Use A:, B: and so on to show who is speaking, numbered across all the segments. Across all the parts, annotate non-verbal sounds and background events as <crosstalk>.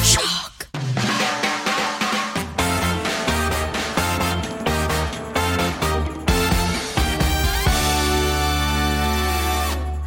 A: Shock.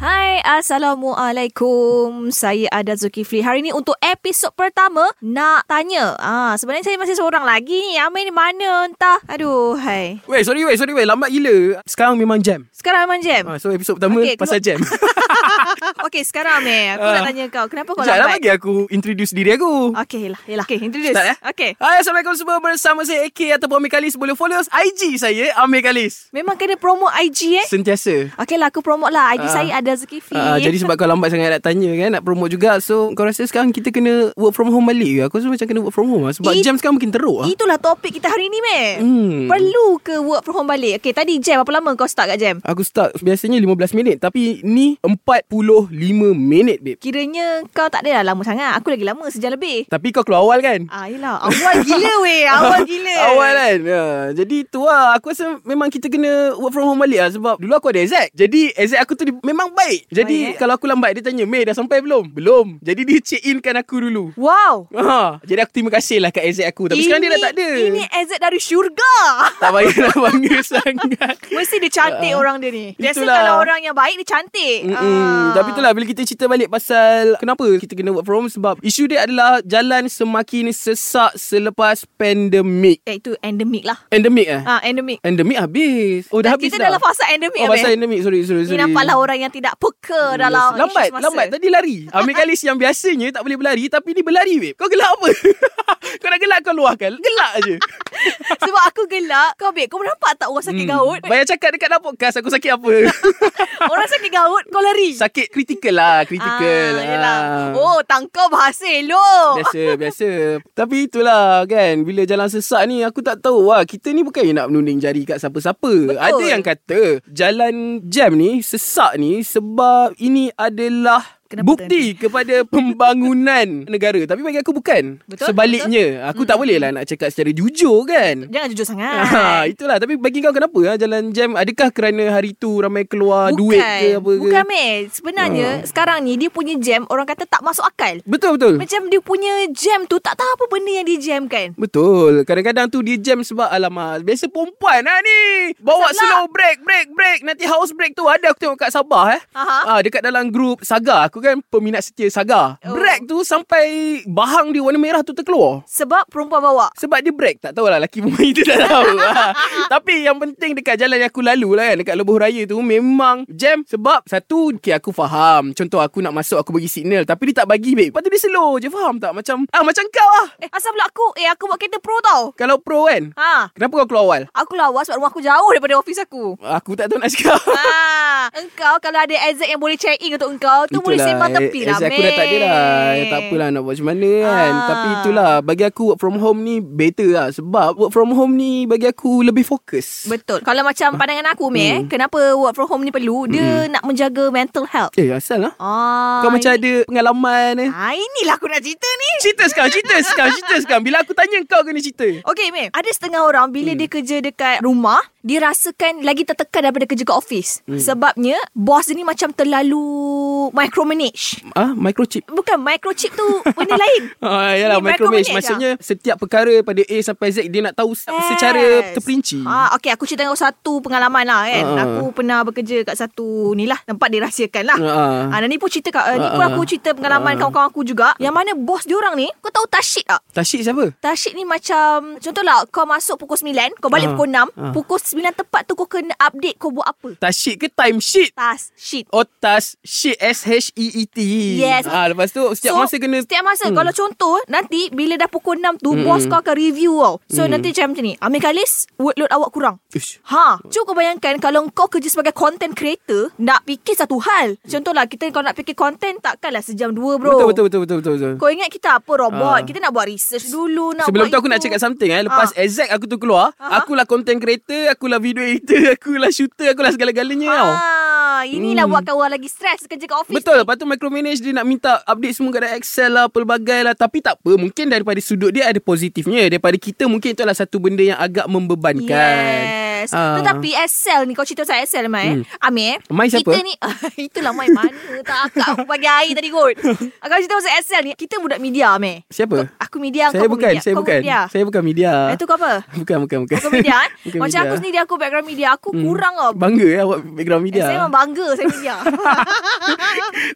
B: Hai, Assalamualaikum. Saya Ada Zulkifli. Hari ni untuk episod pertama nak tanya. Ah, sebenarnya saya masih seorang lagi ni. Amir ni mana entah. Aduh, hai.
C: Weh, sorry weh, sorry weh. Lambat gila. Sekarang memang jam.
B: Sekarang Aman Jam.
C: Ha, so, episod pertama
B: Okey,
C: okay, pasal
B: <laughs>
C: jam.
B: Ah, Okey, sekarang Amir. Aku
C: Ah.
B: nak tanya kau. Kenapa kau
C: Sekejap lah
B: lambat?
C: bagi aku introduce diri aku.
B: Okey, lah, ya yelah, yelah. Okey, introduce.
C: Start, eh?
B: Okey.
C: Hai, Assalamualaikum semua. Bersama saya AK ataupun Amir Kalis. Boleh follow IG saya, Amir Kalis.
B: Memang kena promote IG eh.
C: Sentiasa.
B: Okey lah, aku promote lah. IG
C: Ah.
B: saya Ada Zulkifli.
C: Uh, jadi sebab kau lambat sangat nak tanya kan Nak promote juga So kau rasa sekarang kita kena Work from home balik ke Aku rasa macam kena work from home lah Sebab
B: It-
C: jam sekarang makin teruk lah
B: Ah. Itulah topik kita hari ni, Meh.
C: Hmm.
B: Perlu ke work from home balik? Okey, tadi jam. Apa lama kau start kat jam?
C: Aku start biasanya 15 minit Tapi ni 45 minit babe
B: Kiranya kau tak ada dah lama sangat. Aku lagi lama, sejam lebih.
C: Tapi kau keluar awal kan
B: Ah, yelah. Awal gila weh. Eh, Awal gila.
C: <laughs> Awal kan ha, Jadi tu lah Aku rasa memang kita kena Work from home balik lah Sebab dulu aku ada exact Jadi exact aku tu dia memang baik Jadi
B: Baik, eh?
C: baik, kalau aku lambat Dia tanya Mei dah sampai belum? Belum Jadi dia check in kan aku dulu
B: Wow.
C: ha, Jadi aku terima kasih lah Kat exact aku Tapi
B: ini,
C: sekarang dia dah tak ada
B: Ini exit dari
C: <laughs>
B: syurga.
C: Tak payah nak bangga <laughs> sangat
B: Mesti dia cantik
C: Ah.
B: orang dia ni. Biasa
C: Itulah.
B: kalau orang yang baik, dia cantik. Ah.
C: Mm-mm. Tapi itulah bila kita cerita balik pasal kenapa kita kena work from home sebab isu dia adalah jalan semakin sesak selepas pandemik.
B: Eh, itu endemik lah.
C: Endemik eh?
B: Ah, endemik.
C: Endemik habis. Oh dah habis
B: Kita
C: dah.
B: dalam fasa endemik.
C: Oh
B: Abang.
C: pasal endemik Sorry sorry
B: Ni
C: sorry
B: nampaklah orang yang tidak peka dalam
C: Lambat
B: isu semasa.
C: Lambat tadi lari Amir Kalis yang biasanya Tak boleh berlari Tapi ni berlari babe Kau gelak apa <laughs> Kau nak gelak kau luahkan Gelak je
B: <laughs> Sebab aku gelak. Kau, babe, kau nampak tak orang sakit
C: Hmm. <laughs>
B: gaut?
C: Bayar cakap dekat dalam podcast Aku sakit apa <laughs>
B: Orang sakit gaut, kau lari.
C: Sakit kritikal lah Kritikal
B: Ah, yelah.
C: Ah.
B: Oh, tangkau bahasa elok.
C: Biasa Biasa Tapi itulah kan Bila jalan sesak ni Aku tak tahu lah Kita ni bukan nak menunding jari Kat siapa-siapa
B: Betul.
C: Ada yang kata Jalan jam ni Sesak ni Sebab ini adalah
B: Kenapa
C: Bukti kepada
B: <laughs>
C: pembangunan negara Tapi bagi aku bukan
B: Betul, Hmm.
C: Sebaliknya Aku tak boleh lah nak cakap secara jujur kan
B: Jangan jujur
C: <laughs> Ha,
B: sangat.
C: itulah Tapi bagi kau kenapa ha, Jalan jam Adakah kerana hari tu Ramai keluar Ah, duit ke apa ke Ah.
B: Bukan, meh. Sebenarnya, sekarang ni dia punya jam, orang kata tak masuk akal.
C: Betul-betul
B: Macam dia punya jam tu tak tahu apa benda yang dia jam kan.
C: Betul. Kadang-kadang tu dia jam sebab alamak. Biasa perempuan lah ni.
B: Masalah.
C: Bawa Masalah. slow break, break, break. Nanti house break tu ada aku tengok kat Sabah eh.
B: Aha.
C: Ah, dekat dalam grup Saga. Aku kan peminat setia Saga.
B: Oh.
C: Oh. Break tu sampai bahang dia warna merah tu terkeluar.
B: Sebab perempuan bawa.
C: Sebab dia break Tak tahulah lelaki <laughs> perempuan itu tak tahu
B: <laughs>
C: ha. Tapi yang penting Dekat jalan yang aku lalu lah kan Dekat lebuh raya tu Memang jam Sebab satu Okay aku faham Contoh aku nak masuk Aku bagi signal Tapi dia tak bagi babe Lepas tu dia slow je Faham tak Macam ah Macam kau lah
B: Eh, asal pula aku? Eh, aku buat kereta pro tau.
C: Kalau pro kan
B: Ha.
C: Kenapa kau keluar awal?
B: Aku lawa sebab rumah aku jauh daripada ofis aku.
C: Aku tak tahu nak cakap. <laughs>
B: ha, engkau kalau ada exact yang boleh check in untuk engkau tu boleh sembang tepi lah.
C: eh, Aku dah tak ada
B: meh.
C: lah Eh, Tak apalah nak buat macam mana kan
B: Ah.
C: Tapi itulah Bagi aku work from home ni Better lah Sebab work from home ni Bagi aku lebih fokus
B: Betul. Kalau macam pandangan aku meh, hmm. kenapa work from home ni perlu? Dia nak menjaga mental health.
C: Eh asal lah
B: Ah.
C: Hmm. Kau macam ada pengalaman eh
B: Ah, inilah aku nak cerita ni.
C: Cerita sekarang Cerita sekarang Cerita sekarang Bila aku tanya kau kena cerita
B: Okey, Mim. Ada setengah orang bila hmm. dia kerja dekat rumah, dia rasakan lagi tertekan daripada kerja kat office. Hmm. Sebabnya, bos dia ni macam terlalu micromanage.
C: Ah, microchip
B: Bukan, microchip tu <laughs> benda lain.
C: Ah, yalah,
B: Ni micromanage
C: micromanage
B: lah.
C: Maksudnya setiap perkara Pada A sampai Z Dia nak tahu yes. secara terperinci
B: Ah, okay, aku cerita kau satu pengalaman lah kan.
C: Ah.
B: Aku pernah bekerja kat satu ni lah, tempat dirahsiakan lah.
C: Ah.
B: Ah, dan ni pun cerita kat, uh, ni pun
C: Ah.
B: aku cerita pengalaman kawan-kawan aku juga. Yang mana bos diorang ni, kau tahu Tashid tak?
C: Tashik siapa?
B: Tasik ni macam Contohlah Kau masuk pukul 9 Kau balik
C: Ah,
B: pukul 6
C: ah.
B: Pukul 9 tepat tu Kau kena update Kau buat apa
C: Tashik ke time sheet?
B: Tas Shit
C: Oh, Otas Shit S-H-E-E-T
B: Yes.
C: E ah, Lepas tu Setiap so, masa kena Hmm,
B: Setiap masa hmm. Kalau contoh Nanti bila dah pukul 6 tu Bos kau akan review tau So nanti macam macam ni Amir Khalis Workload awak kurang
C: Ish.
B: Ha Cuba kau bayangkan Kalau kau kerja sebagai content creator Nak fikir satu hal Contohlah kita Kalau nak fikir content Takkanlah sejam dua bro
C: Betul betul betul betul betul. betul.
B: Kau ingat kita apa robot
C: Ah.
B: Kita nak buat research dulu nak
C: Sebelum
B: buat
C: tu aku
B: itu.
C: nak cakap something eh Lepas
B: Ah.
C: exact aku tu keluar
B: Aha.
C: Akulah content creator Akulah video editor <laughs> Akulah shooter Akulah segala-galanya tau
B: Ah, inilah
C: Hmm.
B: buatkan orang lagi stres kerja kat office.
C: Betul Lepas tu micromanage Dia nak minta update semua Kat dalam Excel lah Pelbagai lah Tapi tak apa Mungkin daripada sudut dia Ada positifnya Daripada kita Mungkin itulah satu benda Yang agak membebankan
B: Yes. yes.
C: Ah.
B: Tetapi Excel ni kau cerita pasal Excel Mai. Hmm. Amir.
C: Mai siapa?
B: Kita ni <laughs> itulah Mai mana tak akak pagi hari tadi
C: <laughs>
B: kot. Kau cerita pasal Excel ni. Kita budak media Amir.
C: Siapa?
B: Aku media
C: saya
B: kau
C: bukan,
B: media.
C: saya
B: kau
C: bukan.
B: media.
C: Saya bukan media.
B: Lepas tu kau apa?
C: <laughs> Bukan, bukan, bukan.
B: Kau media kan?
C: Bukan
B: Macam
C: media.
B: aku sendiri aku background media. Aku hmm. kurang tau.
C: Bangga ya awak background
B: Eh,
C: media.
B: saya memang bangga saya
C: <laughs>
B: media.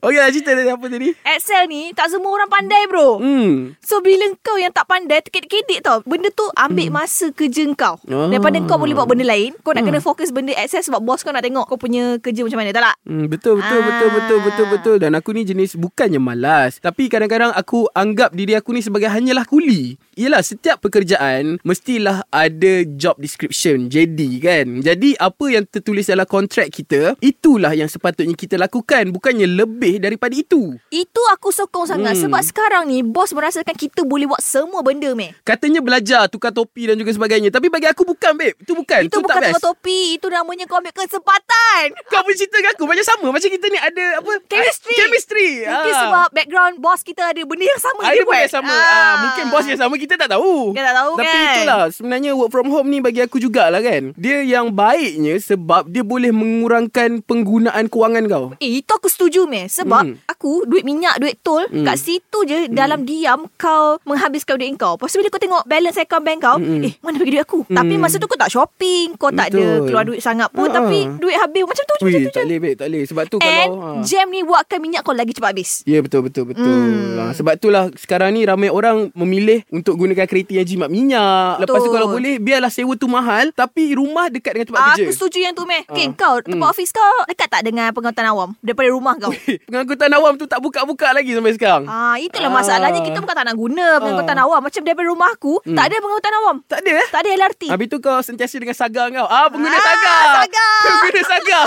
C: Okey lah cerita tadi apa tadi?
B: Excel ni tak semua orang pandai bro.
C: Hmm.
B: So bila kau yang tak pandai Terkedik-kedik tau Benda tu
C: Hmm.
B: ambil masa kerja kau
C: Ah.
B: Daripada kau boleh buat benda lain Kau
C: Hmm.
B: nak kena fokus benda access Sebab bos kau nak tengok Kau punya kerja macam mana Tak tak?
C: Hmm, betul betul
B: Ah.
C: betul betul betul betul dan aku ni jenis bukannya malas tapi kadang-kadang aku anggap diri aku ni sebagai hanyalah kuli. Yelah setiap pekerjaan mestilah ada job description JD kan. Jadi apa yang tertulis dalam kontrak kita itulah yang sepatutnya kita lakukan bukannya lebih daripada itu.
B: Itu aku sokong sangat
C: Hmm.
B: Sebab sekarang ni Bos merasakan kita boleh buat semua benda meh
C: Katanya belajar tukar topi dan juga sebagainya tapi bagi aku bukan babe. Itu bukan.
B: Itu
C: Itu,
B: bukan
C: tak best.
B: tukar topi Itu namanya kau ambil kesempatan
C: Kau pun cerita dengan aku macam sama macam kita ni ada apa
B: Chemistry
C: chemistry.
B: Mungkin
C: Ah.
B: sebab background bos kita ada benda yang sama
C: Ada
B: dia
C: benda
B: buat.
C: yang sama ah. Mungkin bos yang sama Kita tak tahu
B: Kita tak tahu
C: Tapi
B: kan.
C: itulah Sebenarnya work from home ni Bagi aku jugalah kan Dia yang baiknya Sebab dia boleh mengurangkan Penggunaan kewangan kau
B: Eh itu aku setuju meh Sebab
C: Hmm.
B: aku Duit minyak Duit tol
C: Hmm.
B: Kat situ je Dalam diam Kau menghabiskan duit kau Lepas tu bila kau tengok Balance account bank kau
C: Mm-mm.
B: Eh mana pergi duit aku Tapi masa tu kau tak shopping Kau tak ada
C: Hmm. Betul.
B: Keluar duit sangat pun
C: Ha-ha.
B: Tapi duit habis Macam tu macam
C: Ui,
B: tu je
C: tak boleh babe, tak boleh Sebab tu
B: And
C: kalau ha.
B: jam ni Buatkan minyak kau lagi cepat habis
C: Ya betul betul betul. Hmm. Ha, sebab itulah sekarang ni ramai orang memilih untuk gunakan kereta yang jimat minyak. Lepas tu
B: Betul.
C: kalau boleh biarlah sewa tu mahal tapi rumah dekat dengan tempat kerja.
B: Aku setuju yang tu meh Okay
C: Ah.
B: kau Tempat office kau Dekat tak dengan pengangkutan awam Daripada rumah
C: <laughs>
B: kau
C: <laughs> Pengangkutan awam tu tak buka-buka lagi sampai sekarang.
B: Ah, itulah
C: Ah. Hmm.
B: masalahnya kita bukan tak nak guna pengangkutan awam. Macam daripada rumah aku, tak ada pengangkutan awam.
C: Tak ada eh?
B: Tak ada LRT.
C: Habis tu kau sentiasa dengan saga kau. Ah, pengguna
B: Ah,
C: saga.
B: saga.
C: <laughs> Pengguna
B: <laughs>
C: saga.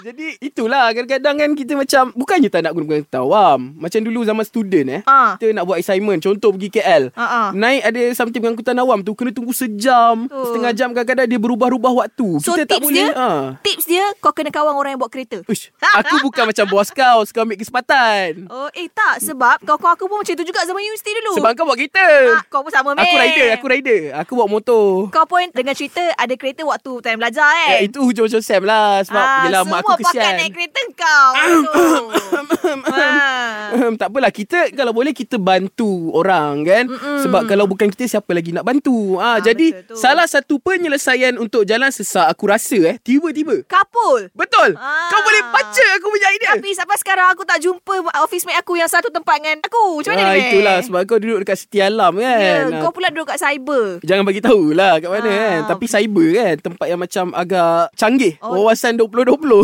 C: Jadi itulah kadang-kadang kan kita macam bukannya tak nak guna tawam. Macam dulu zaman student eh.
B: Ah.
C: Kita nak buat assignment contoh pergi KL.
B: Ah, ah.
C: Naik ada something pengangkutan awam tu kena tunggu sejam,
B: Betul.
C: setengah jam kadang-kadang dia berubah-ubah waktu.
B: So
C: kita
B: tips
C: tak boleh. ha.
B: dia, tips dia kau kena kawan orang yang bawa kereta.
C: Ush,
B: <laughs>
C: aku bukan macam bos kau, kau ambil kesempatan.
B: Oh, eh tak sebab kau kau aku pun macam tu juga zaman universiti dulu.
C: Sebab kau buat kereta.
B: Oh. ah, kau pun sama meh.
C: aku rider, aku rider. Aku bawa motor.
B: Kau pun dengan cerita ada kereta waktu time belajar eh.
C: Ya, itu hujung-hujung Sam lah Sebab
B: Ah,
C: yelah mak aku
B: Semua pakai
C: kesian
B: naik kereta kau.
C: <coughs> <laughs>
B: ha.
C: Ahem, tak apalah kita kalau boleh kita bantu orang kan Mm-mm. sebab kalau bukan kita siapa lagi nak bantu ah,
B: Ah,
C: jadi
B: betul tu.
C: salah satu penyelesaian untuk jalan sesak aku rasa eh tiba-tiba
B: Kapul.
C: betul
B: Ah.
C: kau boleh baca aku punya idea
B: Tapi sampai sekarang aku tak jumpa office mate aku yang satu tempat dengan aku. Macam mana ni?
C: ah,
B: meh?
C: itulah sebab kau duduk dekat Setia Alam kan
B: Ya,
C: Ah,
B: kau pula duduk kat
C: <coughs>
B: cyber.
C: Jangan bagi tahu lah kat mana
B: Ah.
C: kan Tapi cyber kan Tempat yang macam agak canggih
B: Oh.
C: oh. Wawasan 2020
B: Wow, wow,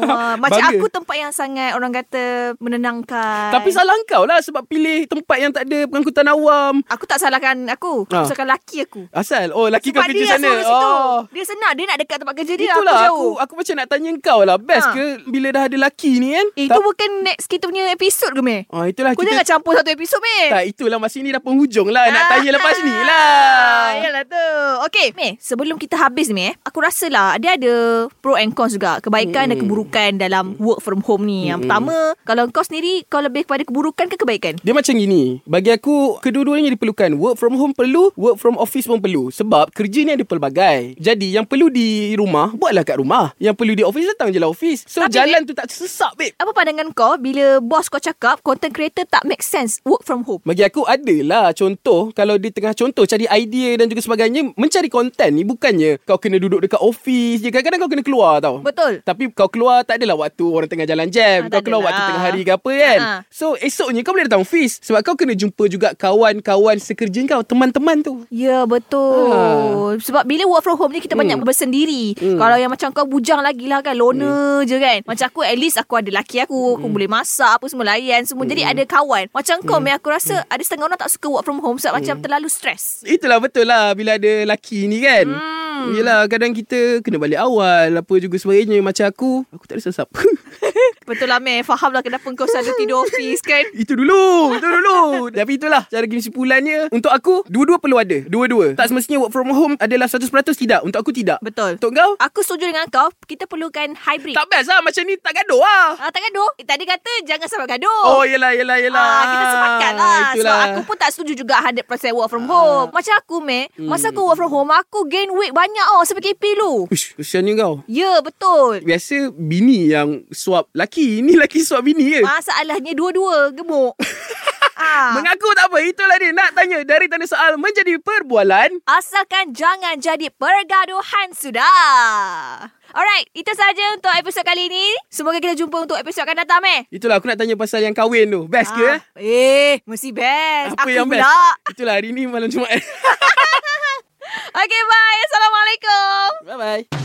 B: wow. Macam
C: Bangga.
B: aku tempat yang sangat orang kata menenangkan.
C: Tapi salah kau lah Sebab pilih tempat yang tak ada pengangkutan awam
B: Aku tak salahkan aku. Aku
C: Ah.
B: salahkan laki aku.
C: Asal Oh laki
B: Sebab
C: kau
B: dia
C: kerja sana Oh.
B: asal kat situ. Dia senang. Dia nak dekat tempat kerja dia. aku
C: Itulah aku,
B: jauh.
C: aku aku macam nak tanya kau lah best
B: Ha.
C: ha. ke bila dah ada laki ni kan?
B: Eh, itu bukan next kita punya episod ke, Meh?
C: Ah itulah
B: Kau
C: kita
B: jangan campur satu episod, Meh.
C: tak itulah masa ni dah penghujung lah nak
B: Ah, ya.
C: tanya lepas ni lah.
B: Yalah tu. Okay, Meh, sebelum kita habis ni, Meh, aku rasa lah dia ada pro and cons juga. Kebaikan
C: Hmm.
B: dan keburukan dalam work from home ni. Yang pertama, kalau kau sendiri, kau lebih kepada keburukan ke kebaikan?
C: Dia macam gini Bagi aku Kedua-duanya diperlukan Work from home perlu Work from office pun perlu Sebab kerja ni ada pelbagai Jadi yang perlu di rumah Buatlah kat rumah Yang perlu di office Datang je lah office So
B: Tapi,
C: Tapi jalan tu tak sesak babe
B: Apa pandangan kau bila bos kau cakap content creator tak make sense work from home?
C: Bagi aku adalah contoh Kalau dia tengah contoh Cari idea dan juga sebagainya Mencari konten ni Bukannya kau kena duduk dekat office je Kadang-kadang kau kena keluar tau
B: Betul.
C: Tapi kau keluar tak adalah waktu orang tengah jalan
B: Ah,
C: jam. kau
B: tak
C: keluar
B: adalah.
C: waktu tengah hari ke apa kan.
B: Ah.
C: So esoknya kau boleh datang office. Sebab kau kena jumpa juga kawan-kawan sekerja kau. Teman-teman tu.
B: Ya
C: Ah.
B: betul Sebab bila work from home ni
C: Hmm.
B: Kita banyak bersendiri Kalau yang macam kau bujang lagi lah kan Loner
C: Hmm.
B: je kan Macam aku at least Aku ada laki aku Aku boleh masak Apa semua layan semua
C: Hmm.
B: Jadi ada kawan Macam kau Mel Aku rasa ada setengah orang tak suka work from home Sebab
C: Hmm.
B: macam terlalu stres
C: Itulah betul lah bila ada laki ni kan. Hmm. Yelah kadang kita kena balik awal apa juga sebagainya. Macam aku, aku tak ada sesap. <laughs>
B: Betul lah Mel Faham lah kenapa kau selalu tidur office kan
C: itu dulu, itu
B: <laughs>
C: dulu. Tapi itulah cara kesimpulannya. Untuk aku, dua-dua perlu ada. Dua-dua. Tak semestinya work from home adalah 100% tidak. Untuk aku tidak.
B: Betul Ah,
C: Untuk kau?
B: Aku setuju dengan kau Kita perlukan hybrid
C: Tak best lah. Macam ni tak gaduh lah.
B: Ah, tak gaduh Eh, Tadi kata jangan sampai gaduh
C: Oh, yelah, yelah, yelah.
B: Ah, kita sepakat lah Sebab
C: Itulah. Ah. Hmm.
B: aku pun tak setuju juga 100% work from home Macam aku meh Masa aku work from home Aku gain weight banyak oh Sampai KP lu
C: Ush, kesiannya kau.
B: Ya betul
C: Biasa bini yang suap laki. Ni laki suap bini
B: Ah.
C: je.
B: Masalahnya dua-dua
C: <laughs>
B: gemuk ah.
C: Mengaku tak apa. Itulah dia. Nak tanya dari tanda soal menjadi perbualan.
B: Asalkan jangan jadi pergaduhan sudah. Alright, itu saja untuk episod kali ini. Semoga kita jumpa untuk episod akan datang eh.
C: Itulah aku nak tanya pasal yang kahwin tu. Best ke? eh?
B: Ah, eh, mesti best.
C: Apa
B: Aku
C: yang
B: pula.
C: best? Itulah hari ni malam Jumaat.
B: Okay, bye. Assalamualaikum.
C: Bye-bye.